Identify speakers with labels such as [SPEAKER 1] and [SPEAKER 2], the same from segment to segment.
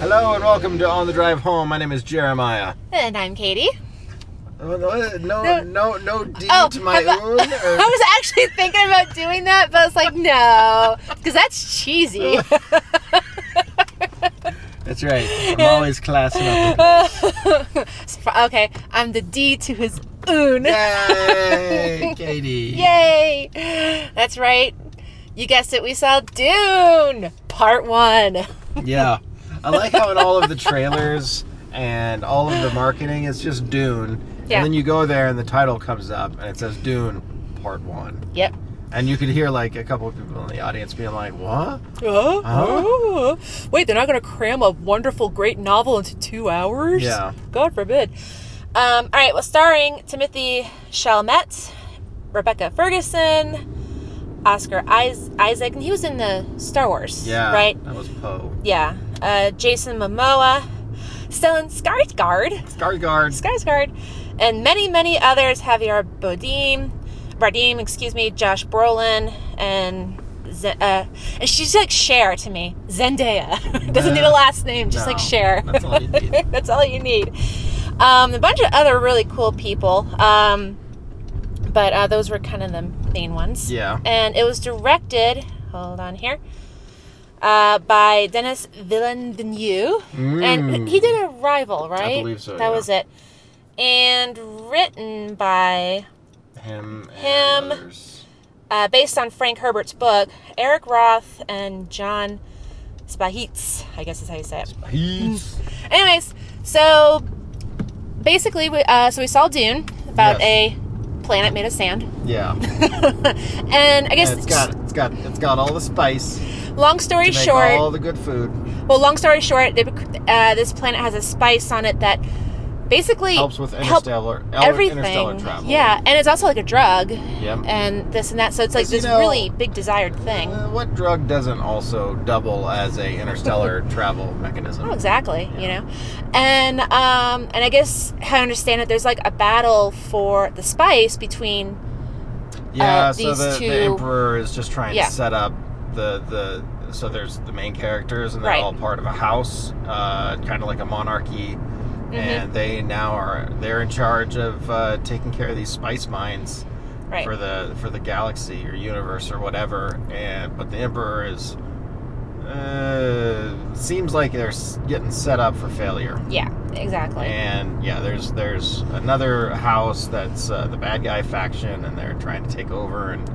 [SPEAKER 1] Hello and welcome to On the Drive Home. My name is Jeremiah.
[SPEAKER 2] And I'm Katie.
[SPEAKER 1] Oh, No, no, no, no D
[SPEAKER 2] Oh,
[SPEAKER 1] to my
[SPEAKER 2] I'm a-
[SPEAKER 1] own.
[SPEAKER 2] I was actually thinking about doing that, but I was like, no, because that's cheesy.
[SPEAKER 1] That's right. I'm always classing up.
[SPEAKER 2] okay, I'm the D to his oon.
[SPEAKER 1] Yay, Katie.
[SPEAKER 2] Yay! That's right. You guessed it, we saw Dune Part 1.
[SPEAKER 1] Yeah. I like how in all of the trailers and all of the marketing, it's just Dune.
[SPEAKER 2] Yeah.
[SPEAKER 1] And then you go there and the title comes up and it says Dune Part 1.
[SPEAKER 2] Yep.
[SPEAKER 1] And you could hear like a couple of people in the audience being like, what?
[SPEAKER 2] Oh,
[SPEAKER 1] Oh.
[SPEAKER 2] Uh-huh. Wait, they're not going to cram a wonderful, great novel into two hours?
[SPEAKER 1] Yeah.
[SPEAKER 2] God forbid. Um, all right, well, starring Timothy Chalamet, Rebecca Ferguson, Oscar Is- Isaac, and he was in the Star Wars,
[SPEAKER 1] Yeah.
[SPEAKER 2] right?
[SPEAKER 1] That was Poe.
[SPEAKER 2] Yeah. Uh, Jason Momoa, Stellan Skarsgård,
[SPEAKER 1] Skarsgård.
[SPEAKER 2] Skarsgård, and many, many others. Javier Bardem, Bardem, excuse me, Josh Brolin, and Z- uh, and she's like Cher to me. Zendaya doesn't need a last name, just
[SPEAKER 1] No,
[SPEAKER 2] like Cher.
[SPEAKER 1] that's all you need.
[SPEAKER 2] That's all you need. Um, a bunch of other really cool people. Um, but uh, those were kind of the main ones.
[SPEAKER 1] Yeah.
[SPEAKER 2] And it was directed. Hold on here. Uh, by Dennis Villeneuve, and
[SPEAKER 1] Mm.
[SPEAKER 2] he did a rival, right?
[SPEAKER 1] believe so,
[SPEAKER 2] That
[SPEAKER 1] yeah.
[SPEAKER 2] was it. And written by,
[SPEAKER 1] Him. and
[SPEAKER 2] Him.
[SPEAKER 1] others.
[SPEAKER 2] uh, based on Frank Herbert's book, Eric Roth and John Spahitz. I guess is how you say it.
[SPEAKER 1] He's.
[SPEAKER 2] Anyways, so basically, we uh, so we saw Dune about
[SPEAKER 1] Yes.
[SPEAKER 2] a planet made of sand,
[SPEAKER 1] Yeah.
[SPEAKER 2] and I guess
[SPEAKER 1] And it's got it's got it's got all the spice. to
[SPEAKER 2] long story
[SPEAKER 1] make
[SPEAKER 2] short,
[SPEAKER 1] all the good food.
[SPEAKER 2] well, long story short, they, uh, this planet has a spice on it that basically
[SPEAKER 1] Helps with
[SPEAKER 2] help-
[SPEAKER 1] interstellar el-
[SPEAKER 2] everything.
[SPEAKER 1] interstellar travel.
[SPEAKER 2] Yeah, and it's also like a drug
[SPEAKER 1] Yep.
[SPEAKER 2] and this and that. So it's like
[SPEAKER 1] 'Cause, you
[SPEAKER 2] this
[SPEAKER 1] know,
[SPEAKER 2] really big desired thing.
[SPEAKER 1] Uh, what drug doesn't also double as a interstellar travel mechanism?
[SPEAKER 2] Oh, exactly. You know, and um, and I guess how I understand it, there's like a battle for the spice between
[SPEAKER 1] Yeah,
[SPEAKER 2] uh,
[SPEAKER 1] so
[SPEAKER 2] these
[SPEAKER 1] the,
[SPEAKER 2] two-
[SPEAKER 1] the emperor is just trying
[SPEAKER 2] Yeah.
[SPEAKER 1] to set up the the so there's the main characters and they're
[SPEAKER 2] Right.
[SPEAKER 1] all part of a house, uh, kind of like a monarchy,
[SPEAKER 2] Mm-hmm.
[SPEAKER 1] and they now are they're in charge of uh, taking care of these spice mines.
[SPEAKER 2] right.
[SPEAKER 1] for the for the galaxy or universe or whatever. And but the Emperor is uh, seems like they're s- getting set up for failure.
[SPEAKER 2] yeah, exactly.
[SPEAKER 1] And yeah, there's there's another house that's uh, the bad guy faction, and they're trying to take over, and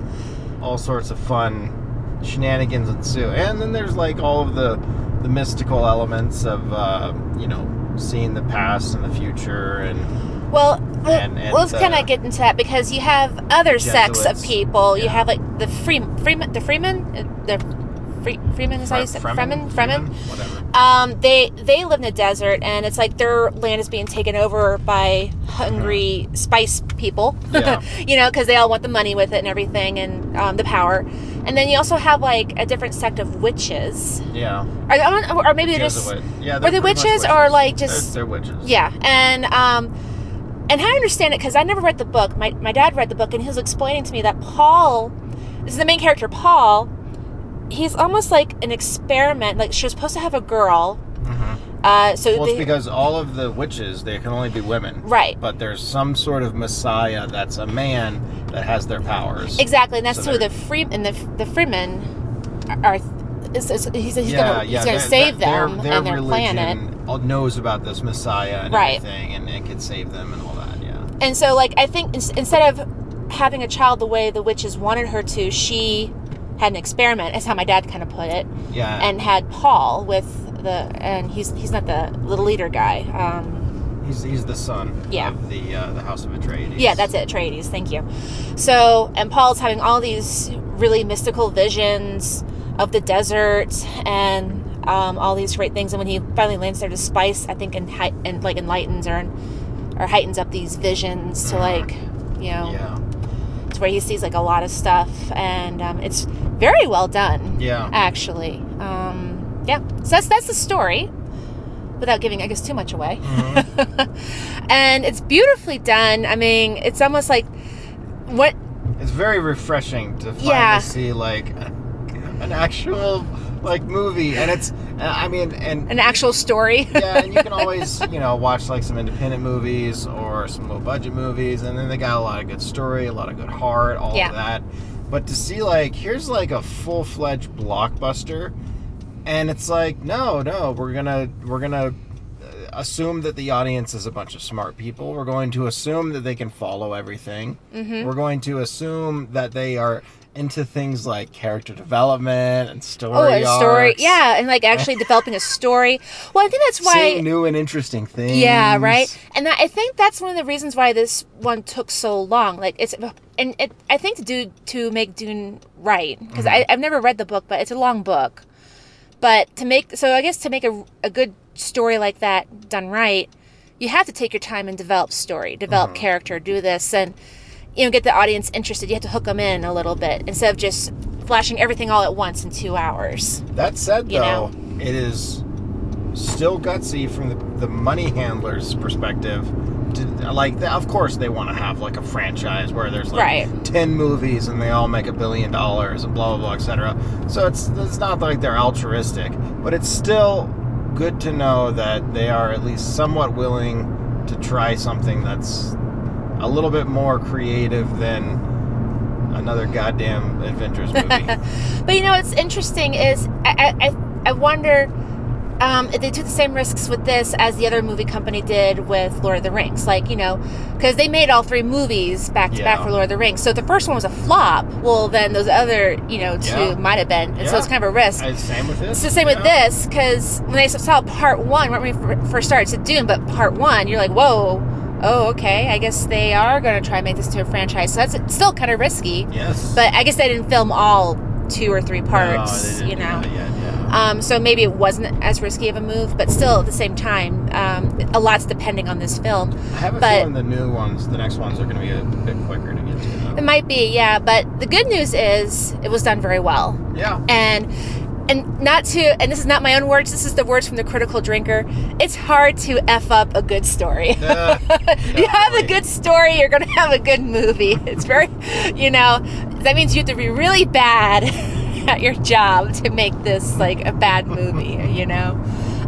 [SPEAKER 1] all sorts of fun shenanigans ensue. And then there's like all of the the mystical elements of uh, you know seeing the past and the future and
[SPEAKER 2] Well, let-
[SPEAKER 1] And- and,
[SPEAKER 2] let's kind
[SPEAKER 1] uh,
[SPEAKER 2] of get into that because you have other sects of
[SPEAKER 1] Jesuits.
[SPEAKER 2] people. You
[SPEAKER 1] Yeah.
[SPEAKER 2] have like the Freeman, Freeman the Freeman, uh, the Free, Freeman is how you say Fremen, Fremen.
[SPEAKER 1] whatever.
[SPEAKER 2] Um, they they live in the desert, and it's like their land is being taken over by hungry spice people.
[SPEAKER 1] Yeah.
[SPEAKER 2] you know, because they all want the money with it and everything, and um, the power. And then you also have like a different sect of witches,
[SPEAKER 1] Yeah.
[SPEAKER 2] or, I don't- or maybe they're just
[SPEAKER 1] Jesuit. Yeah,
[SPEAKER 2] were they
[SPEAKER 1] they're pretty much
[SPEAKER 2] witches or like
[SPEAKER 1] They're-
[SPEAKER 2] just
[SPEAKER 1] they're, witches?
[SPEAKER 2] yeah, and um, and how I understand it because I never read the book. My my dad read the book, and he was explaining to me that Paul, this is the main character, Paul. He's almost like an experiment. Like she was supposed to have a girl. Uh, so
[SPEAKER 1] Mm-hmm. Well, it's
[SPEAKER 2] they-
[SPEAKER 1] because all of the witches they can only be women,
[SPEAKER 2] Right.
[SPEAKER 1] But there's some sort of messiah that's a man that has their powers.
[SPEAKER 2] exactly, and that's
[SPEAKER 1] so
[SPEAKER 2] who
[SPEAKER 1] they're-
[SPEAKER 2] the free and the the freemen are. Is, is, he's he's gonna he's gonna
[SPEAKER 1] they're-
[SPEAKER 2] save
[SPEAKER 1] they're-
[SPEAKER 2] them
[SPEAKER 1] their
[SPEAKER 2] and their
[SPEAKER 1] religion
[SPEAKER 2] planet.
[SPEAKER 1] all- knows about this messiah and
[SPEAKER 2] Right.
[SPEAKER 1] everything, and it can save them and all that. Yeah.
[SPEAKER 2] And so, like, I think ins- instead of having a child the way the witches wanted her to, she had an experiment, is how my dad kind of put it,
[SPEAKER 1] Yeah.
[SPEAKER 2] and had Paul with the, and he's he's not the, the leader guy. Um,
[SPEAKER 1] he's, he's the son
[SPEAKER 2] Yeah.
[SPEAKER 1] of the uh, the house of Atreides.
[SPEAKER 2] yeah, that's it, Atreides, thank you. So, and Paul's having all these really mystical visions of the desert and um, all these great things. And when he finally lands there to Spice, I think, and, hei- and like enlightens or, or heightens up these visions to, like, you know.
[SPEAKER 1] Yeah.
[SPEAKER 2] It's where he sees like a lot of stuff, and um, it's very well done.
[SPEAKER 1] Yeah.
[SPEAKER 2] Actually, um, yeah. So that's that's the story, without giving I guess too much away.
[SPEAKER 1] Mm-hmm.
[SPEAKER 2] and it's beautifully done. I mean, it's almost like what?
[SPEAKER 1] It's very refreshing to finally
[SPEAKER 2] Yeah.
[SPEAKER 1] see like an actual like movie, and it's and I mean and
[SPEAKER 2] An actual story.
[SPEAKER 1] yeah, and you can always you know watch like some independent movies or some low budget movies, and then they got a lot of good story, a lot of good heart, all
[SPEAKER 2] Yeah.
[SPEAKER 1] of that. But to see like here's like a full fledged blockbuster, and it's like no, no, we're gonna we're gonna uh, assume that the audience is a bunch of smart people. We're going to assume that they can follow everything.
[SPEAKER 2] Mhm.
[SPEAKER 1] We're going to assume that they are into things like character development and story.
[SPEAKER 2] Oh, a story.
[SPEAKER 1] arcs.
[SPEAKER 2] Yeah, and like actually developing a story. Well, I think that's why.
[SPEAKER 1] Seeing new and interesting things.
[SPEAKER 2] Yeah, right. And that, I think that's one of the reasons why this one took so long. Like it's, and it, I think to do to make Dune right because I've never read the book, but it's a long book. But to make so, I guess to make a, a good story like that done right, you have to take your time and develop story, develop character, do this, and you know get the audience interested. You have to hook them in a little bit instead of just flashing everything all at once in two hours.
[SPEAKER 1] That said,
[SPEAKER 2] You
[SPEAKER 1] though, it is still gutsy from the, the money handler's perspective. To, like, the, of course, they want to have like a franchise where there's like
[SPEAKER 2] Right.
[SPEAKER 1] ten movies and they all make a billion dollars and blah blah blah, etc. So it's it's not like they're altruistic, but it's still good to know that they are at least somewhat willing to try something that's a little bit more creative than another goddamn adventures movie.
[SPEAKER 2] But you know what's interesting is I I, I- I wonder um, if they took the same risks with this as the other movie company did with Lord of the Rings. Like you know, because they made all three movies back to back
[SPEAKER 1] Yeah.
[SPEAKER 2] for Lord of the Rings. So if the first one was a flop, well then those other you know two
[SPEAKER 1] Yeah.
[SPEAKER 2] might have been, and so
[SPEAKER 1] Yeah.
[SPEAKER 2] it's kind of a risk.
[SPEAKER 1] Uh, Same with this.
[SPEAKER 2] It's the same with this because when they saw part one, when we fir- first started to Dune, but part one, you're like, whoa, oh okay, I guess they are going to try and make this to a franchise. So that's it's still kind of risky.
[SPEAKER 1] Yes.
[SPEAKER 2] But I guess they didn't film all two or three
[SPEAKER 1] No, they
[SPEAKER 2] parts,
[SPEAKER 1] didn't
[SPEAKER 2] you
[SPEAKER 1] do
[SPEAKER 2] know.
[SPEAKER 1] that yet, yeah.
[SPEAKER 2] Um, so maybe it wasn't as risky of a move, but still at the same time, um, a lot's depending on this film.
[SPEAKER 1] I have a
[SPEAKER 2] but-
[SPEAKER 1] feeling the new ones, the next ones, are going to be a bit quicker to get to.
[SPEAKER 2] It
[SPEAKER 1] Them.
[SPEAKER 2] might be, yeah. But the good news is it was done very well,
[SPEAKER 1] Yeah.
[SPEAKER 2] and and not to and this is not my own words. This is the words from the critical drinker. It's hard to f up a good story.
[SPEAKER 1] Uh,
[SPEAKER 2] you have a
[SPEAKER 1] definitely.
[SPEAKER 2] good story, you're gonna have a good movie. It's very, you know, that means you have to be really bad at your job to make this like a bad movie, you know.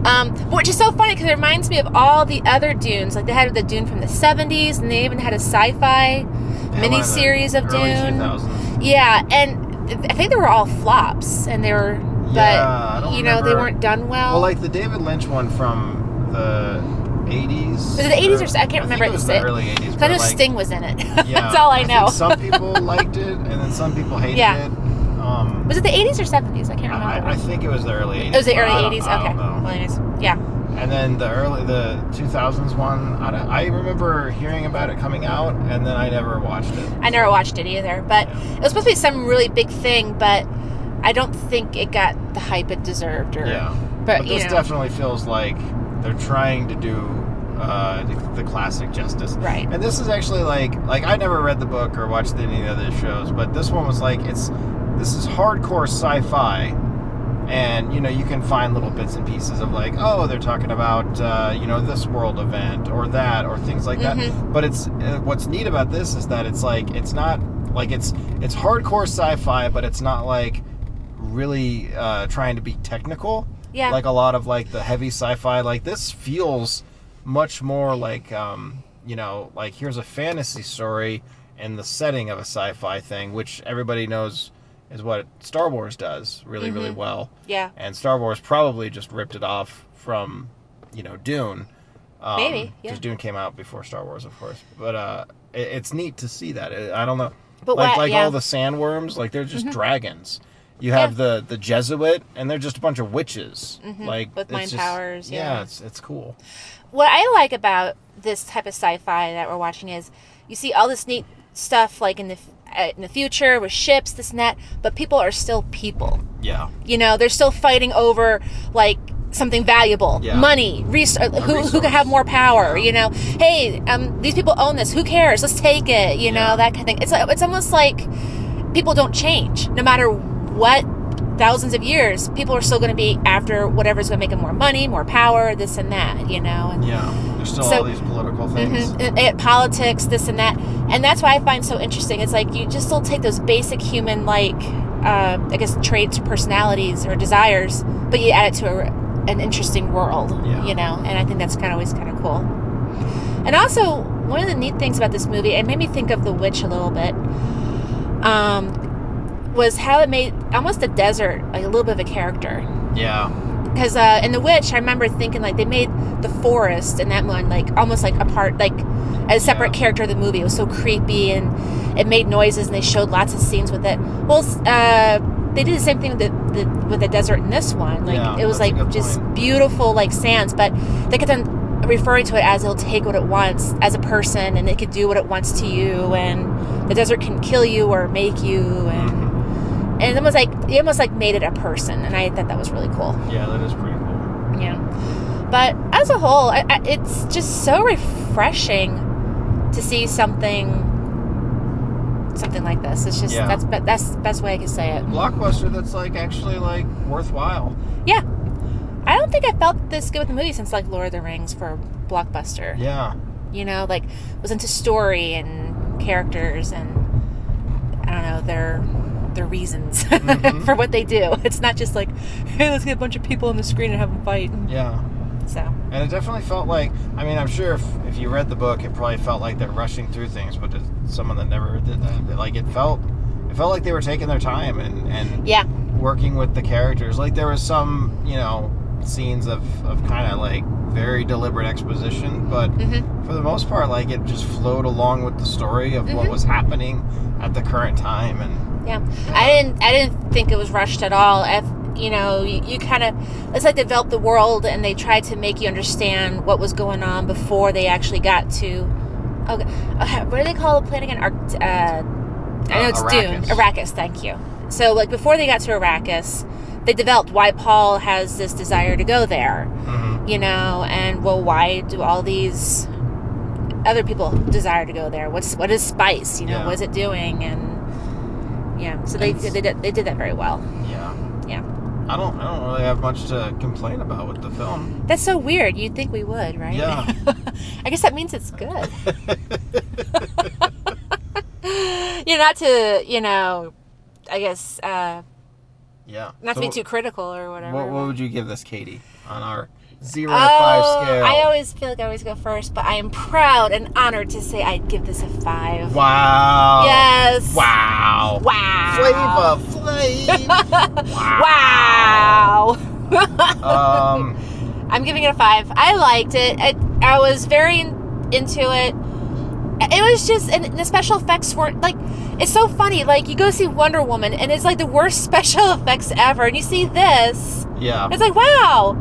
[SPEAKER 2] Um, which is so funny because it reminds me of all the other Dunes. Like they had the Dune from the '70s, and they even had a sci-fi
[SPEAKER 1] yeah, one the
[SPEAKER 2] miniseries of
[SPEAKER 1] early
[SPEAKER 2] Dune.
[SPEAKER 1] 2000s.
[SPEAKER 2] Yeah, and I think they were all flops, and they were, but
[SPEAKER 1] Yeah, I don't
[SPEAKER 2] you know, they
[SPEAKER 1] remember.
[SPEAKER 2] weren't done well.
[SPEAKER 1] Well, like the David Lynch one from the 80s.
[SPEAKER 2] Was it the 80s or s- I can't
[SPEAKER 1] think
[SPEAKER 2] remember.
[SPEAKER 1] It was
[SPEAKER 2] It's
[SPEAKER 1] the
[SPEAKER 2] it-
[SPEAKER 1] early 80s.
[SPEAKER 2] So I
[SPEAKER 1] but,
[SPEAKER 2] know
[SPEAKER 1] like,
[SPEAKER 2] Sting was in it.
[SPEAKER 1] yeah,
[SPEAKER 2] That's all I
[SPEAKER 1] think
[SPEAKER 2] know.
[SPEAKER 1] some people liked it, and then some people hated
[SPEAKER 2] Yeah.
[SPEAKER 1] it. Um,
[SPEAKER 2] was it the '80s or '70s? I can't remember.
[SPEAKER 1] I, I think it was the early 80s.
[SPEAKER 2] It was the
[SPEAKER 1] but
[SPEAKER 2] early
[SPEAKER 1] I don't-
[SPEAKER 2] '80s.
[SPEAKER 1] I
[SPEAKER 2] Okay.
[SPEAKER 1] don't know.
[SPEAKER 2] Well, anyways, yeah.
[SPEAKER 1] And then the early the 2000s one, I, don't- I remember hearing about it coming out, and then I never watched it.
[SPEAKER 2] I never watched it either, but it was supposed to be some really big thing, but I don't think it got the hype it deserved. Or,
[SPEAKER 1] Yeah,
[SPEAKER 2] But,
[SPEAKER 1] but,
[SPEAKER 2] you
[SPEAKER 1] this
[SPEAKER 2] know.
[SPEAKER 1] definitely feels like they're trying to do uh, the, the classic justice.
[SPEAKER 2] Right.
[SPEAKER 1] And this is actually like like I never read the book or watched any of the other shows, but this one was like it's this is hardcore sci-fi. And you know you can find little bits and pieces of like oh they're talking about uh, you know this world event or that or things like
[SPEAKER 2] Mhm.
[SPEAKER 1] that. But it's uh, what's neat about this is that it's like it's not like it's it's hardcore sci-fi, but it's not like really uh, trying to be technical
[SPEAKER 2] Yeah.
[SPEAKER 1] like a lot of like the heavy sci-fi like this feels much more like um you know like here's a fantasy story in the setting of a sci-fi thing which everybody knows is what star wars does really really well
[SPEAKER 2] yeah.
[SPEAKER 1] and star wars probably just ripped it off from you know dune um,
[SPEAKER 2] Maybe, yeah.
[SPEAKER 1] because dune came out before star wars of course but uh it, it's neat to see that It- i don't know
[SPEAKER 2] But
[SPEAKER 1] like
[SPEAKER 2] why-
[SPEAKER 1] like
[SPEAKER 2] yeah. Mm-hmm.
[SPEAKER 1] all the sandworms like they're just dragons you have the the jesuit and they're just a bunch of witches like
[SPEAKER 2] Mm-hmm. With
[SPEAKER 1] it's
[SPEAKER 2] mind
[SPEAKER 1] just-
[SPEAKER 2] powers, yeah.
[SPEAKER 1] it's it's cool
[SPEAKER 2] What I like about this type of sci-fi that we're watching is you see all this neat stuff like in the f- uh, in the future with ships, this and that, but people are still people.
[SPEAKER 1] yeah
[SPEAKER 2] You know, they're still fighting over like something valuable,
[SPEAKER 1] Yeah.
[SPEAKER 2] money, res- uh, who who could
[SPEAKER 1] resource.
[SPEAKER 2] have more power. You know, hey, um, these people own this. Who cares? Let's take it. You know,
[SPEAKER 1] Yeah.
[SPEAKER 2] that kind of thing. It's uh, it's almost like people don't change no matter what thousands of years. People are still going to be after whatever's going to make them more money, more power, this and that. You know, and
[SPEAKER 1] yeah there's still
[SPEAKER 2] So-
[SPEAKER 1] all these political things
[SPEAKER 2] Mhm. And- and politics, this and that, and that's why I find so interesting. It's like you just still take those basic human like uh, I guess traits, personalities, or desires, but you add it to a, an interesting world,
[SPEAKER 1] Yeah.
[SPEAKER 2] you know. And I think that's kind of always kind of cool. And also, one of the neat things about this movie, it made me think of The Witch a little bit, um, was how it made almost the desert like a little bit of a character
[SPEAKER 1] Yeah.
[SPEAKER 2] because uh, in the witch i remember thinking like they made the forest and that one like almost like a part like a separate
[SPEAKER 1] Yeah.
[SPEAKER 2] character of the movie it was so creepy and it made noises and they showed lots of scenes with it well s- uh, they did the same thing with the, the with the desert in this one like
[SPEAKER 1] Yeah,
[SPEAKER 2] it was
[SPEAKER 1] that's a
[SPEAKER 2] like
[SPEAKER 1] good
[SPEAKER 2] just beautiful like sands but they kept on referring to it as it'll take what it wants as a person and it could do what it wants to you and the desert can kill you or make you and
[SPEAKER 1] Mhm.
[SPEAKER 2] and it almost like it almost like made it a person and i thought that was really cool
[SPEAKER 1] Yeah, that is pretty cool.
[SPEAKER 2] yeah. But as a whole, I, I, it's just so refreshing to see something something like this. It's just
[SPEAKER 1] Yeah.
[SPEAKER 2] that's be- that's the best way I can say it.
[SPEAKER 1] Blockbuster that's like actually like worthwhile.
[SPEAKER 2] I don't think I felt this good with the movie since like Lord of the Rings for blockbuster.
[SPEAKER 1] Yeah.
[SPEAKER 2] You know, like was into story and characters and I don't know their their reasons
[SPEAKER 1] Mhm.
[SPEAKER 2] for what they do. It's not just like hey, let's get a bunch of people on the screen and have them fight.
[SPEAKER 1] Yeah.
[SPEAKER 2] So
[SPEAKER 1] And it definitely felt like I mean, I'm sure if, if you read the book it probably felt like they're rushing through things, but to someone that never did that, like it felt it felt like they were taking their time and, and
[SPEAKER 2] yeah,
[SPEAKER 1] working with the characters. Like there was some, you know, scenes of, of kind of like very deliberate exposition, but
[SPEAKER 2] hmm
[SPEAKER 1] for the most part, like it just flowed along with the story of what
[SPEAKER 2] Mhm.
[SPEAKER 1] was happening at the current time. And
[SPEAKER 2] Yeah, I didn't. I didn't think it was rushed at all. If you know, you, you kind of it's like they developed the world and they tried to make you understand what was going on before they actually got to. Okay, uh, what do they call the planet again? Ar- uh, I know
[SPEAKER 1] Uh,
[SPEAKER 2] it's
[SPEAKER 1] Arrakis.
[SPEAKER 2] Dune. Arrakis. Thank you. So like before they got to Arrakis, they developed why Paul has this desire to go there.
[SPEAKER 1] Mhm.
[SPEAKER 2] You know, and well, why do all these other people desire to go there? What's what is spice? You know,
[SPEAKER 1] Yeah.
[SPEAKER 2] what is it doing? And yeah, so they
[SPEAKER 1] And-
[SPEAKER 2] did, they did they did that very well.
[SPEAKER 1] yeah,
[SPEAKER 2] Yeah.
[SPEAKER 1] I don't I don't really have much to complain about with the film.
[SPEAKER 2] That's so weird. You'd think we would, right?
[SPEAKER 1] Yeah.
[SPEAKER 2] I guess that means it's good. you know, not to you know, I guess uh,
[SPEAKER 1] yeah,
[SPEAKER 2] not to be
[SPEAKER 1] So
[SPEAKER 2] too critical or whatever.
[SPEAKER 1] What, what would you give this, Katie, on our zero to five
[SPEAKER 2] Oh,
[SPEAKER 1] scale?
[SPEAKER 2] I always feel like I always go first, but I am proud and honored to say I'd give this a five.
[SPEAKER 1] wow.
[SPEAKER 2] Yes.
[SPEAKER 1] Wow.
[SPEAKER 2] Wow.
[SPEAKER 1] Flavor Flav.
[SPEAKER 2] Wow.
[SPEAKER 1] um.
[SPEAKER 2] I'm giving it a five. I liked it. I, I was very in, into it. It was just, and the special effects weren't like. It's so funny. Like you go see Wonder Woman, and it's like the worst special effects ever, and you see this,
[SPEAKER 1] Yeah.
[SPEAKER 2] and it's like, wow,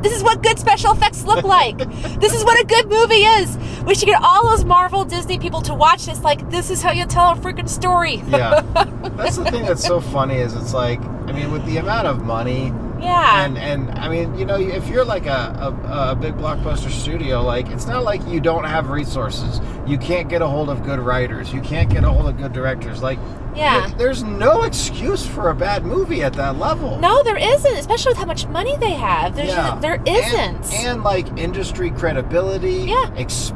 [SPEAKER 2] this is what good special effects look like. this is what a good movie is. We should get all those Marvel Disney people to watch this. Like this is how you tell a freaking story.
[SPEAKER 1] yeah. That's the thing that's so funny is it's like I mean with the amount of money
[SPEAKER 2] Yeah.
[SPEAKER 1] and and I mean you know if you're like a, a, a big blockbuster studio like it's not like you don't have resources you can't get a hold of good writers you can't get a hold of good directors like
[SPEAKER 2] yeah.
[SPEAKER 1] there- there's no excuse for a bad movie at that level
[SPEAKER 2] No, there isn't, especially with how much money they have. There's,
[SPEAKER 1] Yeah.
[SPEAKER 2] There
[SPEAKER 1] and,
[SPEAKER 2] isn't.
[SPEAKER 1] and like industry credibility
[SPEAKER 2] Yeah.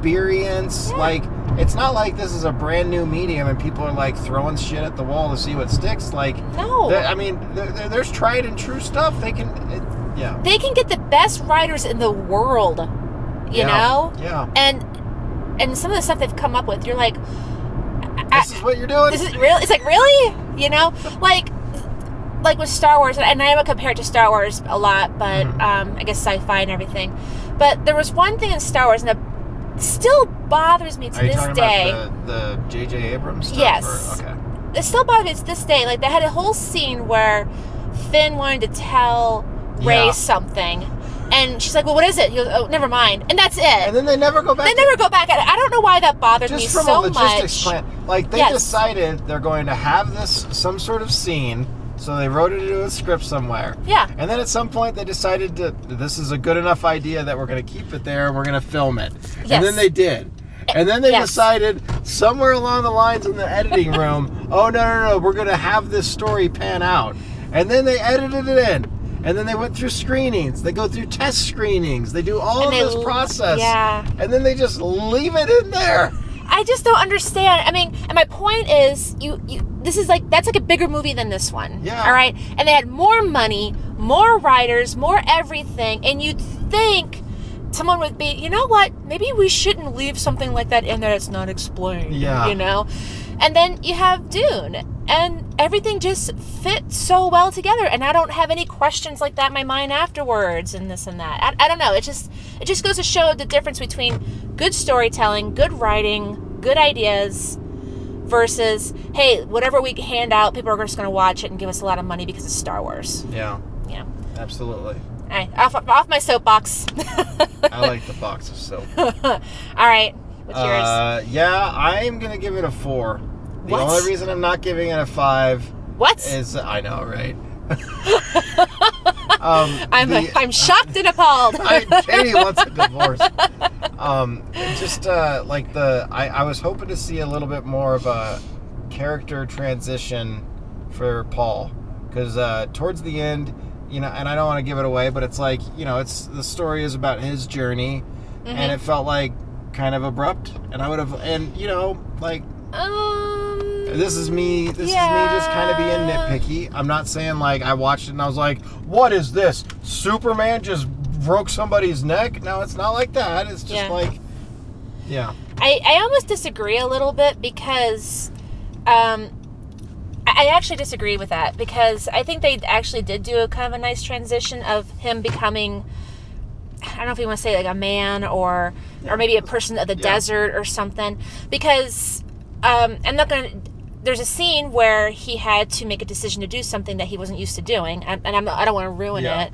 [SPEAKER 1] experience
[SPEAKER 2] Yeah.
[SPEAKER 1] like it's not like this is a brand new medium and people are like throwing shit at the wall to see what sticks like
[SPEAKER 2] no.
[SPEAKER 1] There- I mean, there, there- there's tried and true stuff. They can, it, yeah,
[SPEAKER 2] they can get the best writers in the world, you
[SPEAKER 1] Yeah.
[SPEAKER 2] know?
[SPEAKER 1] yeah.
[SPEAKER 2] And and some of the stuff they've come up with, you're like, I-
[SPEAKER 1] This is what you're doing.
[SPEAKER 2] this is real. It's like really, you know, like like with Star Wars, and I would compare it to Star Wars a lot, but
[SPEAKER 1] Mhm.
[SPEAKER 2] um, I guess sci-fi and everything. But there was one thing in Star Wars, and it still bothers me to
[SPEAKER 1] Are you
[SPEAKER 2] this
[SPEAKER 1] talking
[SPEAKER 2] day.
[SPEAKER 1] about the the J.J. Abrams stuff?
[SPEAKER 2] Yes.
[SPEAKER 1] Or, okay.
[SPEAKER 2] it still bothers me to this day. Like they had a whole scene where Finn wanted to tell Ray
[SPEAKER 1] Yeah.
[SPEAKER 2] something, and she's like, "Well, what is it?" He goes, "Oh, never mind," and that's it.
[SPEAKER 1] And then they never go back.
[SPEAKER 2] they
[SPEAKER 1] to-
[SPEAKER 2] never go back. I I don't know why that bothered me
[SPEAKER 1] just from a
[SPEAKER 2] so
[SPEAKER 1] logistics
[SPEAKER 2] much.
[SPEAKER 1] plan. Like they
[SPEAKER 2] Yes.
[SPEAKER 1] decided they're going to have this some sort of scene, so they wrote it into a script somewhere.
[SPEAKER 2] Yeah,
[SPEAKER 1] And then at some point they decided to this is a good enough idea that we're going to keep it there and we're going to film it.
[SPEAKER 2] Yes. Eh,
[SPEAKER 1] And then they did. And then they
[SPEAKER 2] Yes.
[SPEAKER 1] decided somewhere along the lines in the editing room, oh no no no, we're going to have this story pan out. And then they edited it in. And then they went through screenings. They go through test screenings. They do all
[SPEAKER 2] And
[SPEAKER 1] of
[SPEAKER 2] they
[SPEAKER 1] this
[SPEAKER 2] l-
[SPEAKER 1] process.
[SPEAKER 2] yeah.
[SPEAKER 1] And then they just leave it in there.
[SPEAKER 2] I just don't understand. I mean, and my point is, you, you, this is like that's like a bigger movie than this one.
[SPEAKER 1] Yeah.
[SPEAKER 2] All right, and they had more money, more writers, more everything, and you'd think someone would be, you know what? Maybe we shouldn't leave something like that in there that's not explained.
[SPEAKER 1] Yeah.
[SPEAKER 2] You know, and then you have Dune, and everything just fits so well together, and I don't have any questions like that in my mind afterwards, and this and that. I, I don't know. It just it just goes to show the difference between good storytelling, good writing, good ideas versus hey, whatever we hand out, people are just going to watch it and give us a lot of money because it's Star Wars.
[SPEAKER 1] Yeah,
[SPEAKER 2] Yeah.
[SPEAKER 1] absolutely.
[SPEAKER 2] All right, off, off my soapbox.
[SPEAKER 1] I like the box of soap.
[SPEAKER 2] All right, what's yours?
[SPEAKER 1] Uh, yeah, I'm gonna give it a four. The
[SPEAKER 2] What?
[SPEAKER 1] only reason I'm not giving it a five
[SPEAKER 2] What?
[SPEAKER 1] is I know, right? um,
[SPEAKER 2] I'm
[SPEAKER 1] the-
[SPEAKER 2] I'm shocked and appalled.
[SPEAKER 1] I, Katie wants a divorce. Um, just uh, like the, I, I was hoping to see a little bit more of a character transition for Paul, because uh, towards the end, you know, and I don't want to give it away, but it's like, you know, it's the story is about his journey, and it felt like kind of abrupt, and I would have, and you know, like
[SPEAKER 2] um,
[SPEAKER 1] this is me. This is me just kind of being nitpicky. I'm not saying like I watched it and I was like, "What is this? Superman just broke somebody's neck?" No, it's not like that. It's just
[SPEAKER 2] Yeah.
[SPEAKER 1] like, yeah,
[SPEAKER 2] I, I almost disagree a little bit because um, I, I actually disagree with that because I think they actually did do a kind of a nice transition of him becoming. I don't know if you want to say like a man or or maybe a person of the
[SPEAKER 1] Yeah.
[SPEAKER 2] desert or something because um, I'm not going to. There's a scene where he had to make a decision to do something that he wasn't used to doing, and and I'm, I don't want to ruin
[SPEAKER 1] Yeah.
[SPEAKER 2] it,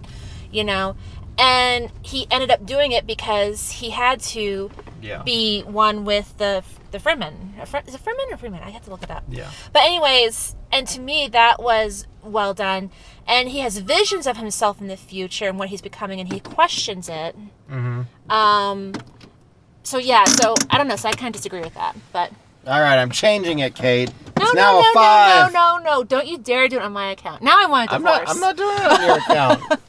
[SPEAKER 2] you know. And he ended up doing it because he had to
[SPEAKER 1] yeah,
[SPEAKER 2] be one with the the Fremen. A Fre- is it Fremen or Freeman? I have to look it up.
[SPEAKER 1] yeah,
[SPEAKER 2] But anyways, and to me that was well done. And he has visions of himself in the future and what he's becoming, and he questions it.
[SPEAKER 1] hmm
[SPEAKER 2] Um, so yeah, so I don't know. So I kind of disagree with that, but
[SPEAKER 1] All right, I'm changing it, Kate.
[SPEAKER 2] no,
[SPEAKER 1] it's
[SPEAKER 2] no,
[SPEAKER 1] now
[SPEAKER 2] no,
[SPEAKER 1] a five.
[SPEAKER 2] no, no, no, no! Don't you dare do it on my account. Now I want a
[SPEAKER 1] I'm
[SPEAKER 2] divorce.
[SPEAKER 1] not. I'm not doing it on your account.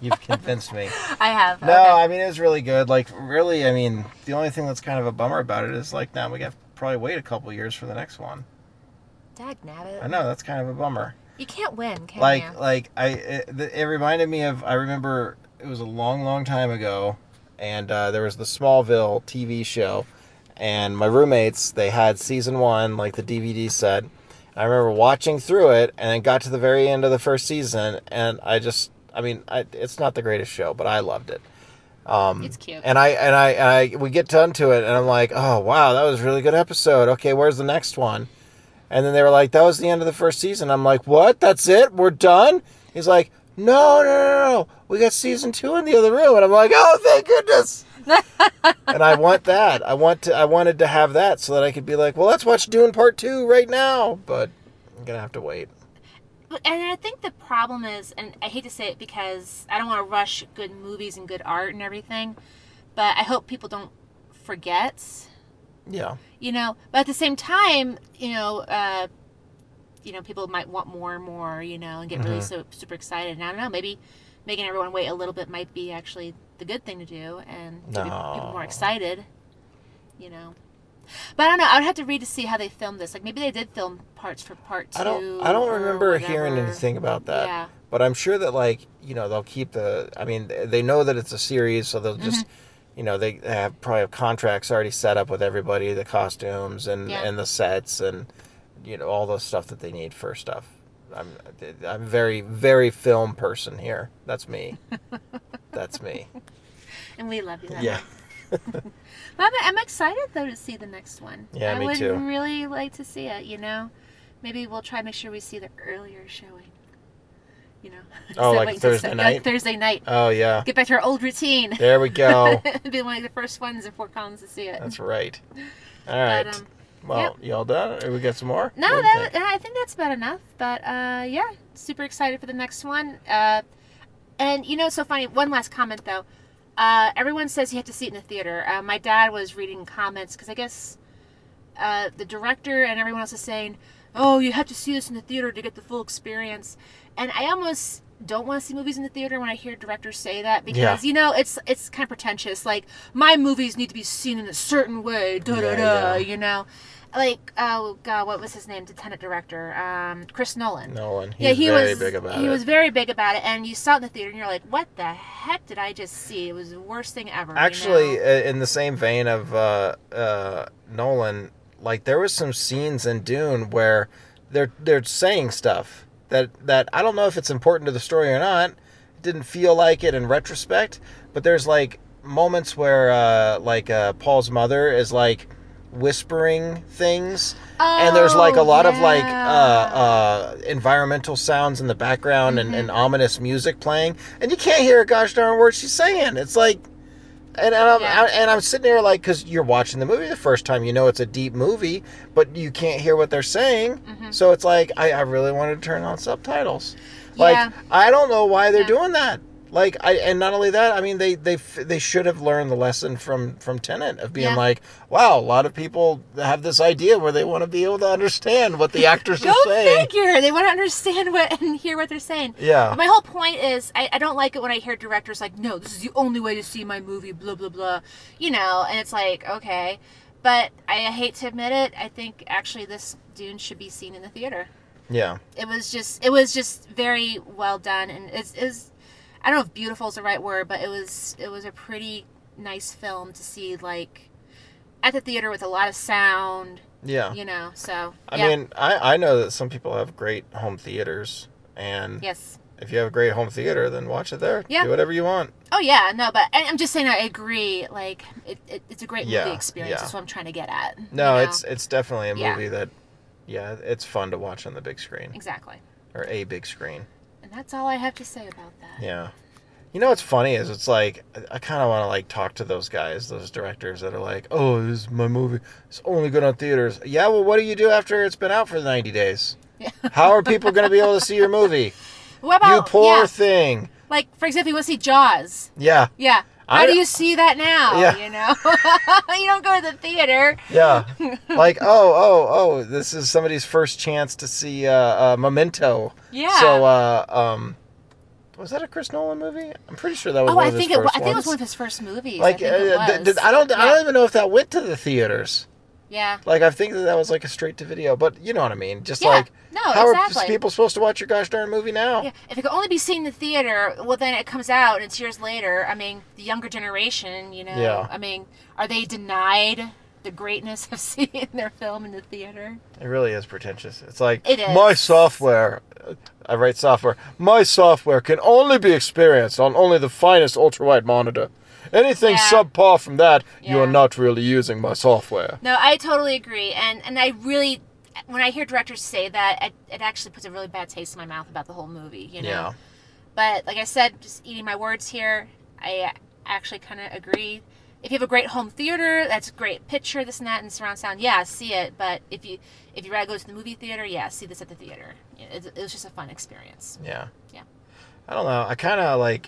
[SPEAKER 1] You've convinced me.
[SPEAKER 2] I have.
[SPEAKER 1] No,
[SPEAKER 2] okay.
[SPEAKER 1] I mean it's really good. Like, really, I mean, the only thing that's kind of a bummer about it is like now we have to probably wait a couple years for the next one.
[SPEAKER 2] Dag nabbit.
[SPEAKER 1] I know that's kind of a bummer.
[SPEAKER 2] You can't win, can
[SPEAKER 1] like um,
[SPEAKER 2] you?
[SPEAKER 1] like I it, th- it reminded me of I remember it was a long long time ago, and uh, there was the Smallville TV show, and my roommates they had season one like the DVD set. I remember watching through it, and it got to the very end of the first season, and I just I mean I, it's not the greatest show, but I loved it. Um,
[SPEAKER 2] It's cute.
[SPEAKER 1] and I and I and I we get done to it, and I'm like, oh wow, that was a really good episode. Okay, where's the next one? And then they were like, that was the end of the first season. I'm like, what? That's it? We're done? He's like, no, no, no, no. We got season two in the other room. And I'm like, oh, thank goodness. and I want that. I want to. I wanted to have that so that I could be like, well, let's watch Dune Part Two right now. But I'm gonna have to wait.
[SPEAKER 2] And I think the problem is, and I hate to say it because I don't want to rush good movies and good art and everything, but I hope people don't forget,
[SPEAKER 1] Yeah.
[SPEAKER 2] you know. But at the same time, you know, uh, you know, people might want more and more, you know, and get really
[SPEAKER 1] Mm-hmm.
[SPEAKER 2] so super excited. And I don't know, maybe making everyone wait a little bit might be actually the good thing to do and to be people
[SPEAKER 1] No.
[SPEAKER 2] more excited, you know. But I don't know. I would have to read to see how they filmed this. Like maybe they did film parts for part two.
[SPEAKER 1] I don't. I don't
[SPEAKER 2] or
[SPEAKER 1] remember hearing
[SPEAKER 2] whatever.
[SPEAKER 1] anything about that.
[SPEAKER 2] Yeah.
[SPEAKER 1] But I'm sure that like you know they'll keep the. I mean, th- they know that it's a series, so they'll just.
[SPEAKER 2] Mm-hmm.
[SPEAKER 1] You know they they have probably have contracts already set up with everybody, the costumes and
[SPEAKER 2] Yeah.
[SPEAKER 1] and the sets and you know all the stuff that they need for stuff. I'm I'm very very film person here. That's me. That's me.
[SPEAKER 2] And we love you. That
[SPEAKER 1] Yeah.
[SPEAKER 2] Well, I'm, I'm excited though to see the next one.
[SPEAKER 1] Yeah,
[SPEAKER 2] I
[SPEAKER 1] me
[SPEAKER 2] would
[SPEAKER 1] too.
[SPEAKER 2] really like to see it. You know, maybe we'll try to make sure we see the earlier showing. You know,
[SPEAKER 1] Oh,
[SPEAKER 2] So
[SPEAKER 1] like
[SPEAKER 2] wait,
[SPEAKER 1] Thursday
[SPEAKER 2] so- yeah,
[SPEAKER 1] night?
[SPEAKER 2] Thursday night.
[SPEAKER 1] Oh yeah.
[SPEAKER 2] Get back to our old routine.
[SPEAKER 1] There we go.
[SPEAKER 2] Be one of the first ones in Fort Collins to see it.
[SPEAKER 1] That's right. All right.
[SPEAKER 2] But, um,
[SPEAKER 1] well, y'all done? We got some more.
[SPEAKER 2] no,
[SPEAKER 1] What do you
[SPEAKER 2] that,
[SPEAKER 1] think?
[SPEAKER 2] I think that's about enough. But uh, yeah, super excited for the next one. Uh, and you know, it's so funny. One last comment though. Uh, everyone says you have to see it in the theater. Uh, my dad was reading comments because I guess uh, the director and everyone else is saying, "Oh, you have to see this in the theater to get the full experience." And I almost don't want to see movies in the theater when I hear directors say that because
[SPEAKER 1] Yeah.
[SPEAKER 2] you know it's it's kind of pretentious. Like my movies need to be seen in a certain way, da da
[SPEAKER 1] Yeah,
[SPEAKER 2] da.
[SPEAKER 1] yeah.
[SPEAKER 2] You know, like oh god, what was his name? Lieutenant director, um, Chris Nolan.
[SPEAKER 1] Nolan. He's
[SPEAKER 2] yeah, he
[SPEAKER 1] very
[SPEAKER 2] was
[SPEAKER 1] big about
[SPEAKER 2] he
[SPEAKER 1] it.
[SPEAKER 2] was very big about it, and you saw it in the theater, and you're like, "What the heck did I just see? It was the worst thing ever." you
[SPEAKER 1] Actually,
[SPEAKER 2] know?
[SPEAKER 1] uh in the same vein of uh, uh, Nolan, like there was some scenes in Dune where they're they're saying stuff that that I don't know if it's important to the story or not. It didn't feel like it in retrospect, but there's like moments where uh, like uh, Paul's mother is like whispering things and there's like a
[SPEAKER 2] Oh,
[SPEAKER 1] lot of like uh,
[SPEAKER 2] yeah.
[SPEAKER 1] uh, environmental sounds in the background and,
[SPEAKER 2] Mm-hmm.
[SPEAKER 1] and ominous music playing, and you can't hear a gosh darn word she's saying. It's like, and, and I'm
[SPEAKER 2] Yeah.
[SPEAKER 1] I, and I'm sitting there like because you're watching the movie the first time, you know it's a deep movie, but you can't hear what they're saying.
[SPEAKER 2] Mm-hmm.
[SPEAKER 1] So it's like I, I really wanted to turn on subtitles. Like
[SPEAKER 2] Yeah.
[SPEAKER 1] I don't know why they're
[SPEAKER 2] Yeah.
[SPEAKER 1] doing that. Like I and not only that, I mean they they f- they should have learned the lesson from from Tenet of being
[SPEAKER 2] Yeah.
[SPEAKER 1] like, wow, a lot of people have this idea where they want to be able to understand what the actors
[SPEAKER 2] Go
[SPEAKER 1] are saying.
[SPEAKER 2] figure. They want to understand what and hear what they're saying.
[SPEAKER 1] Yeah.
[SPEAKER 2] My whole point is, I, I don't like it when I hear directors like, "No, this is the only way to see my movie." Blah blah blah. You know, and it's like, okay, but I hate to admit it. I think actually this Dune should be seen in the theater.
[SPEAKER 1] Yeah.
[SPEAKER 2] it was just it was just very well done and it's it was I don't know if beautiful is the right word, but it was it was a pretty nice film to see like at the theater with a lot of sound,
[SPEAKER 1] Yeah.
[SPEAKER 2] you know. So
[SPEAKER 1] I
[SPEAKER 2] yeah.
[SPEAKER 1] mean, I I know that some people have great home theaters and
[SPEAKER 2] yes,
[SPEAKER 1] if you have a great home theater, then watch it there.
[SPEAKER 2] Yeah.
[SPEAKER 1] Do whatever you want.
[SPEAKER 2] oh yeah, no, but I, I'm just saying I agree. Like it, it, it's a great
[SPEAKER 1] Yeah,
[SPEAKER 2] movie experience.
[SPEAKER 1] yeah.
[SPEAKER 2] That's what I'm trying to get at. you
[SPEAKER 1] No,
[SPEAKER 2] know?
[SPEAKER 1] it's it's definitely a
[SPEAKER 2] Yeah.
[SPEAKER 1] movie that yeah, it's fun to watch on the big screen
[SPEAKER 2] exactly,
[SPEAKER 1] or a big screen.
[SPEAKER 2] and that's all I have to say about that.
[SPEAKER 1] Yeah. You know what's funny is it's like I- I kind of want to like talk to those guys, those directors that are like, "Oh, this is my movie. It's only good on theaters." Yeah, well, what do you do after it's been out for 90 days?
[SPEAKER 2] Yeah.
[SPEAKER 1] How are people going to be able to see your movie?
[SPEAKER 2] What
[SPEAKER 1] You
[SPEAKER 2] about
[SPEAKER 1] poor
[SPEAKER 2] yeah,
[SPEAKER 1] thing.
[SPEAKER 2] like for example, you want to see Jaws?
[SPEAKER 1] Yeah.
[SPEAKER 2] Yeah.
[SPEAKER 1] I
[SPEAKER 2] How do
[SPEAKER 1] don't-
[SPEAKER 2] you see that now?
[SPEAKER 1] Yeah.
[SPEAKER 2] You know, you don't go to the theater.
[SPEAKER 1] Yeah. like, "Oh, oh, oh, this is somebody's first chance to see uh, uh Memento."
[SPEAKER 2] Yeah.
[SPEAKER 1] So, uh um was that a Chris Nolan movie? I'm pretty sure that was
[SPEAKER 2] Oh,
[SPEAKER 1] one
[SPEAKER 2] I
[SPEAKER 1] of his
[SPEAKER 2] think it. wa-
[SPEAKER 1] first
[SPEAKER 2] I think it was
[SPEAKER 1] ones.
[SPEAKER 2] one of his first movies.
[SPEAKER 1] like
[SPEAKER 2] I, think it
[SPEAKER 1] uh, th-
[SPEAKER 2] was.
[SPEAKER 1] th- I don't I
[SPEAKER 2] Yeah.
[SPEAKER 1] don't even know if that went to the theaters.
[SPEAKER 2] Yeah.
[SPEAKER 1] Like I think that that was like a straight to video, but you know what I mean. Just
[SPEAKER 2] Yeah.
[SPEAKER 1] like
[SPEAKER 2] No,
[SPEAKER 1] how are
[SPEAKER 2] exactly.
[SPEAKER 1] people supposed to watch your gosh darn movie now?
[SPEAKER 2] Yeah. If it could only be seen in the theater, well, then it comes out and it's years later. I mean, the younger generation, you know.
[SPEAKER 1] Yeah.
[SPEAKER 2] I mean, are they denied the greatness of seeing their film in the theater?
[SPEAKER 1] It really is pretentious. It's like
[SPEAKER 2] It is.
[SPEAKER 1] my software. I write software. My software can only be experienced on only the finest ultra wide monitor. Anything
[SPEAKER 2] Yeah.
[SPEAKER 1] subpar from that, you are
[SPEAKER 2] Yeah.
[SPEAKER 1] not really using my software.
[SPEAKER 2] No, I totally agree, and and I really, when I hear directors say that, it, it actually puts a really bad taste in my mouth about the whole movie. You know.
[SPEAKER 1] Yeah.
[SPEAKER 2] But like I said, just eating my words here, I actually kind of agree. If you have a great home theater, that's a great picture, this and that, and surround sound. Yeah, see it. But if you if you rather go to the movie theater, yeah, see this at the theater. It, it was just a fun experience.
[SPEAKER 1] Yeah.
[SPEAKER 2] Yeah.
[SPEAKER 1] I don't know. I kind of like.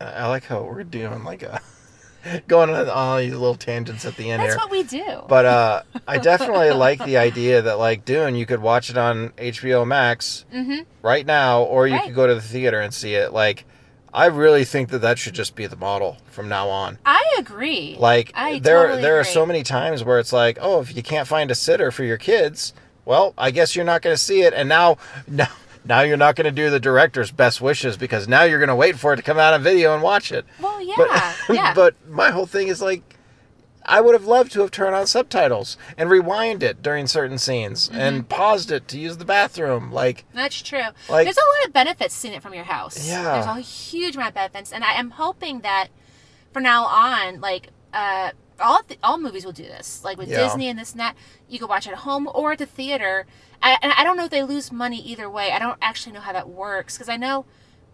[SPEAKER 1] I I like how we're doing like a going on all these little tangents at the end
[SPEAKER 2] That's
[SPEAKER 1] here.
[SPEAKER 2] what we do.
[SPEAKER 1] But uh, I definitely like the idea that like Dune, you could watch it on HBO Max
[SPEAKER 2] mm-hmm.
[SPEAKER 1] right now, or you
[SPEAKER 2] Right.
[SPEAKER 1] could go to the theater and see it. Like, I really think that that should just be the model from now on.
[SPEAKER 2] I agree.
[SPEAKER 1] Like,
[SPEAKER 2] I
[SPEAKER 1] there
[SPEAKER 2] totally
[SPEAKER 1] there are
[SPEAKER 2] agree.
[SPEAKER 1] so many times where it's like, oh, if you can't find a sitter for your kids, well, I guess you're not going to see it. And now, now, now you're not going to do the director's best wishes because now you're going to wait for it to come out on video and watch it.
[SPEAKER 2] Well, yeah,
[SPEAKER 1] But
[SPEAKER 2] yeah.
[SPEAKER 1] but my whole thing is like I would have loved to have turned on subtitles and rewind it during certain scenes
[SPEAKER 2] Mm-hmm.
[SPEAKER 1] and paused it to use the bathroom. Like
[SPEAKER 2] That's true.
[SPEAKER 1] Like-
[SPEAKER 2] There's a lot of benefits seeing it from your house.
[SPEAKER 1] Yeah.
[SPEAKER 2] There's a huge amount of benefits, and I am hoping that from now on, like uh, all th- all movies will do this, like with
[SPEAKER 1] Yeah.
[SPEAKER 2] Disney and this and that. You can watch at home or at the theater. I, and I don't know if they lose money either way. I don't actually know how that works because I know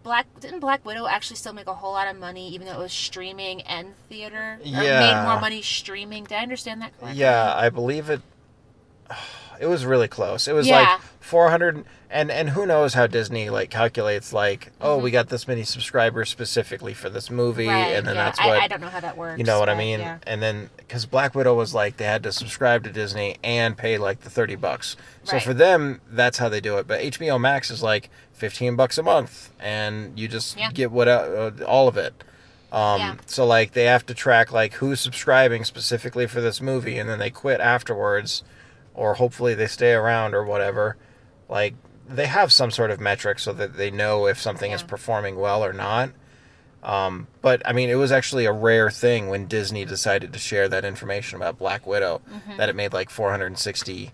[SPEAKER 2] Black didn't Black Widow actually still make a whole lot of money even though it was streaming and theater. Or
[SPEAKER 1] Yeah.
[SPEAKER 2] made more money streaming. Did I understand that correctly?
[SPEAKER 1] yeah, I believe it it was really close. It was
[SPEAKER 2] Yeah.
[SPEAKER 1] like 400 and and who knows how Disney like calculates like, oh,
[SPEAKER 2] Mm-hmm.
[SPEAKER 1] we got this many subscribers specifically for this movie and then
[SPEAKER 2] yeah.
[SPEAKER 1] that's what
[SPEAKER 2] I, I don't know how that works.
[SPEAKER 1] you know what I
[SPEAKER 2] but
[SPEAKER 1] mean?
[SPEAKER 2] yeah.
[SPEAKER 1] And then cuz Black Widow was like they had to subscribe to Disney and pay like the 30 bucks. So
[SPEAKER 2] Right.
[SPEAKER 1] for them that's how they do it. But HBO Max is like 15 bucks a month and you just
[SPEAKER 2] Yeah.
[SPEAKER 1] get what uh, all of it. Um,
[SPEAKER 2] Yeah.
[SPEAKER 1] So like they have to track like who's subscribing specifically for this movie, and then they quit afterwards, or hopefully they stay around or whatever. Like they have some sort of metric so that they know if something is
[SPEAKER 2] Yeah.
[SPEAKER 1] performing well or not. Um, but I mean, it was actually a rare thing when Disney decided to share that information about Black Widow
[SPEAKER 2] Mm-hmm.
[SPEAKER 1] that it made like 460,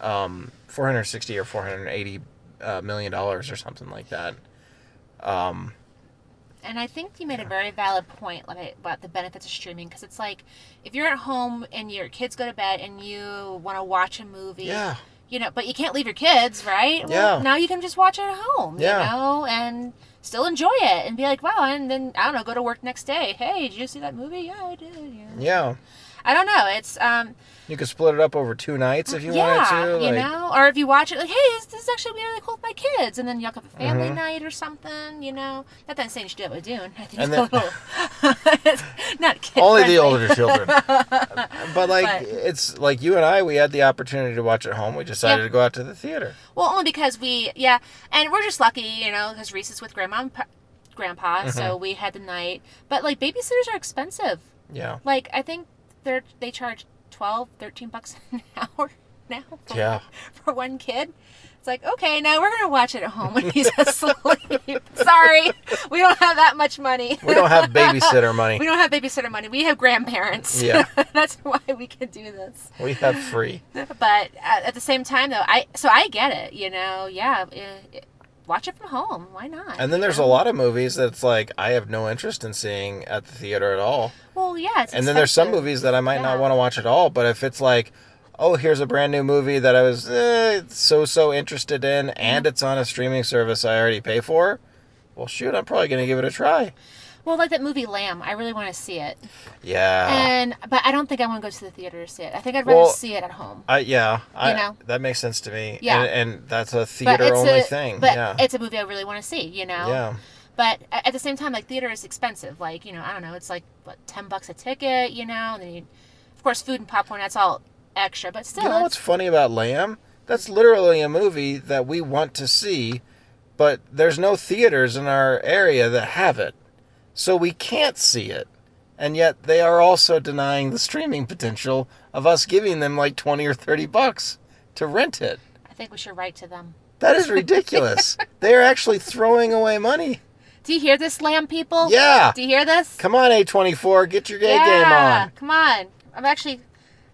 [SPEAKER 1] um, 460 or 480 uh, million dollars or something like that. Um,
[SPEAKER 2] And I think you made a very valid point like, about the benefits of streaming because it's like if you're at home and your kids go to bed and you want to watch a movie,
[SPEAKER 1] yeah.
[SPEAKER 2] you know, but you can't leave your kids, right?
[SPEAKER 1] Yeah.
[SPEAKER 2] now you can just watch it at home,
[SPEAKER 1] Yeah.
[SPEAKER 2] you know, and still enjoy it and be like, wow, and then I don't know, go to work next day. Hey, did you see that movie? Yeah, I did. Yeah.
[SPEAKER 1] Yeah.
[SPEAKER 2] I don't know. It's um,
[SPEAKER 1] You could split it up over two nights if you
[SPEAKER 2] yeah,
[SPEAKER 1] wanted to. Like,
[SPEAKER 2] you know, or if you watch it, like, hey, this, this is actually really cool with my kids, and then y'all have a family
[SPEAKER 1] Mhm.
[SPEAKER 2] night or something, you know. Not that I'm saying you should do it with Dune. I think
[SPEAKER 1] And
[SPEAKER 2] it's a
[SPEAKER 1] then-
[SPEAKER 2] little- it's not kid
[SPEAKER 1] Only
[SPEAKER 2] friendly.
[SPEAKER 1] the older children. but like
[SPEAKER 2] But-
[SPEAKER 1] it's like you and I, we had the opportunity to watch at home. We decided
[SPEAKER 2] Yeah.
[SPEAKER 1] to go out to the theater.
[SPEAKER 2] Well, only because we, yeah, and we're just lucky, you know, because Reese is with grandma and pa- grandpa, so
[SPEAKER 1] Mm-hmm.
[SPEAKER 2] we had the night. But like babysitters are expensive.
[SPEAKER 1] Yeah.
[SPEAKER 2] Like I think they're they charge 12, 13 bucks an hour now. For,
[SPEAKER 1] Yeah.
[SPEAKER 2] For one kid. It's like, okay, now we're going to watch it at home when he's asleep. Sorry. We don't have that much money.
[SPEAKER 1] We don't have babysitter money.
[SPEAKER 2] We don't have babysitter money. We have grandparents.
[SPEAKER 1] Yeah.
[SPEAKER 2] That's why we can do this
[SPEAKER 1] We have free.
[SPEAKER 2] but at, at the same time though i so i get it you know yeah eh, eh, watch it from home why not
[SPEAKER 1] And then there's a lot of movies that's like I have no interest in seeing at the theater at all.
[SPEAKER 2] well yeah it's
[SPEAKER 1] And then there's some
[SPEAKER 2] expensive.
[SPEAKER 1] movies that I might not
[SPEAKER 2] Yeah.
[SPEAKER 1] want to watch at all. But if it's like, oh, here's a brand new movie that I was eh, so so interested in, and
[SPEAKER 2] Mm-hmm.
[SPEAKER 1] it's on a streaming service I already pay for, well, shoot, I'm probably gonna give it a try.
[SPEAKER 2] well like that movie lamb i really want to see it
[SPEAKER 1] Yeah.
[SPEAKER 2] and but i don't think i want to go to the theater to see it i think i'd rather
[SPEAKER 1] Ah. Well,
[SPEAKER 2] see it at home
[SPEAKER 1] I yeah, I,
[SPEAKER 2] You know?
[SPEAKER 1] that makes sense to me.
[SPEAKER 2] Yeah.
[SPEAKER 1] and, and that's a
[SPEAKER 2] but
[SPEAKER 1] theater
[SPEAKER 2] it's
[SPEAKER 1] only
[SPEAKER 2] a
[SPEAKER 1] thing.
[SPEAKER 2] but
[SPEAKER 1] yeah,
[SPEAKER 2] it's a movie i really want to see you know
[SPEAKER 1] yeah,
[SPEAKER 2] but a- at the same time like theater is expensive like you know i don't know it's like what 10 bucks a ticket you know and then you, of course food and popcorn that's all extra but still
[SPEAKER 1] you know
[SPEAKER 2] it's-
[SPEAKER 1] what's funny about Lamb? That's literally a movie that we want to see, but there's no theaters in our area that have it, so we can't see it. And yet they are also denying the streaming potential of us giving them like twenty or thirty bucks to rent it.
[SPEAKER 2] i think we should write to them
[SPEAKER 1] That is ridiculous. they are actually throwing away money.
[SPEAKER 2] do you hear this lamb people
[SPEAKER 1] Yeah.
[SPEAKER 2] do you hear this
[SPEAKER 1] Come on, A24, get your gay game on.
[SPEAKER 2] Come on. I'm actually.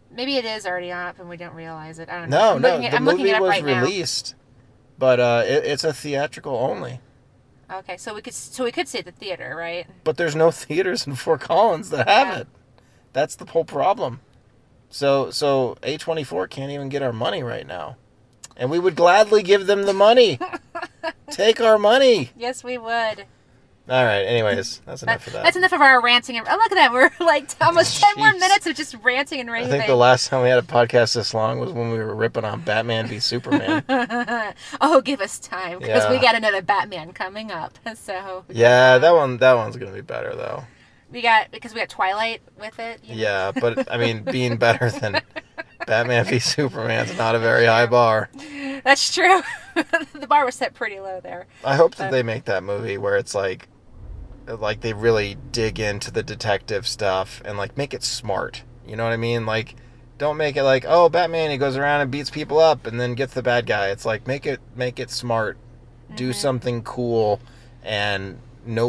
[SPEAKER 2] Maybe it is already on up and we don't realize it. I don't
[SPEAKER 1] No,
[SPEAKER 2] know. I'm
[SPEAKER 1] no,
[SPEAKER 2] looking it-
[SPEAKER 1] the
[SPEAKER 2] I'm looking
[SPEAKER 1] movie
[SPEAKER 2] it up
[SPEAKER 1] was
[SPEAKER 2] right now.
[SPEAKER 1] released, but uh, it, it's a theatrical only.
[SPEAKER 2] Okay, so we could so we could see it at the theater, right?
[SPEAKER 1] But there's no theaters in Fort Collins that have
[SPEAKER 2] Yeah.
[SPEAKER 1] it. That's the whole problem. So so A24 can't even get our money right now, and we would gladly give them the money. Take our money.
[SPEAKER 2] Yes, we would.
[SPEAKER 1] All right. Anyways, that's
[SPEAKER 2] That-
[SPEAKER 1] enough of that.
[SPEAKER 2] That's enough of our ranting. And, oh, look at that. We're like almost 10 more
[SPEAKER 1] Jeez.
[SPEAKER 2] minutes of just ranting and
[SPEAKER 1] I
[SPEAKER 2] raving.
[SPEAKER 1] think the last time we had a podcast this long was when we were ripping on Batman v Superman.
[SPEAKER 2] oh, give us time because we
[SPEAKER 1] Yeah.
[SPEAKER 2] got another Batman coming up. So
[SPEAKER 1] yeah, that one that one's gonna be better though.
[SPEAKER 2] we got because we got Twilight with it. you know?
[SPEAKER 1] Yeah, but I mean, being better than Batman v Superman's not a very high bar.
[SPEAKER 2] That's true. the bar was set pretty low there.
[SPEAKER 1] I hope that they make that movie where it's like, like they really dig into the detective stuff and like make it smart. You know what I mean? Like, don't make it like, oh, Batman he goes around and beats people up and then gets the bad guy. It's like make it make it smart. Do
[SPEAKER 2] Mm-hmm.
[SPEAKER 1] something cool and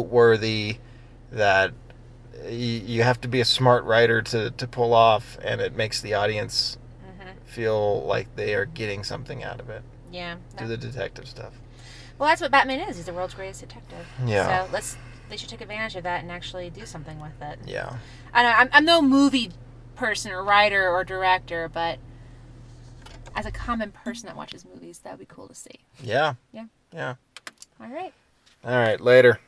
[SPEAKER 1] noteworthy that y- you have to be a smart writer to, to pull off and it makes the audience
[SPEAKER 2] hmm
[SPEAKER 1] feel like they are getting something out of it.
[SPEAKER 2] Yeah. no.
[SPEAKER 1] Do the detective stuff.
[SPEAKER 2] Well, that's what Batman is. He's the world's greatest detective.
[SPEAKER 1] Yeah.
[SPEAKER 2] So let's they should take advantage of that and actually do something with it.
[SPEAKER 1] Yeah.
[SPEAKER 2] I know I'm, I'm no movie person or writer or director, but as a common person that watches movies, that would be cool to see.
[SPEAKER 1] Yeah.
[SPEAKER 2] Yeah.
[SPEAKER 1] Yeah.
[SPEAKER 2] All right.
[SPEAKER 1] All right. Later.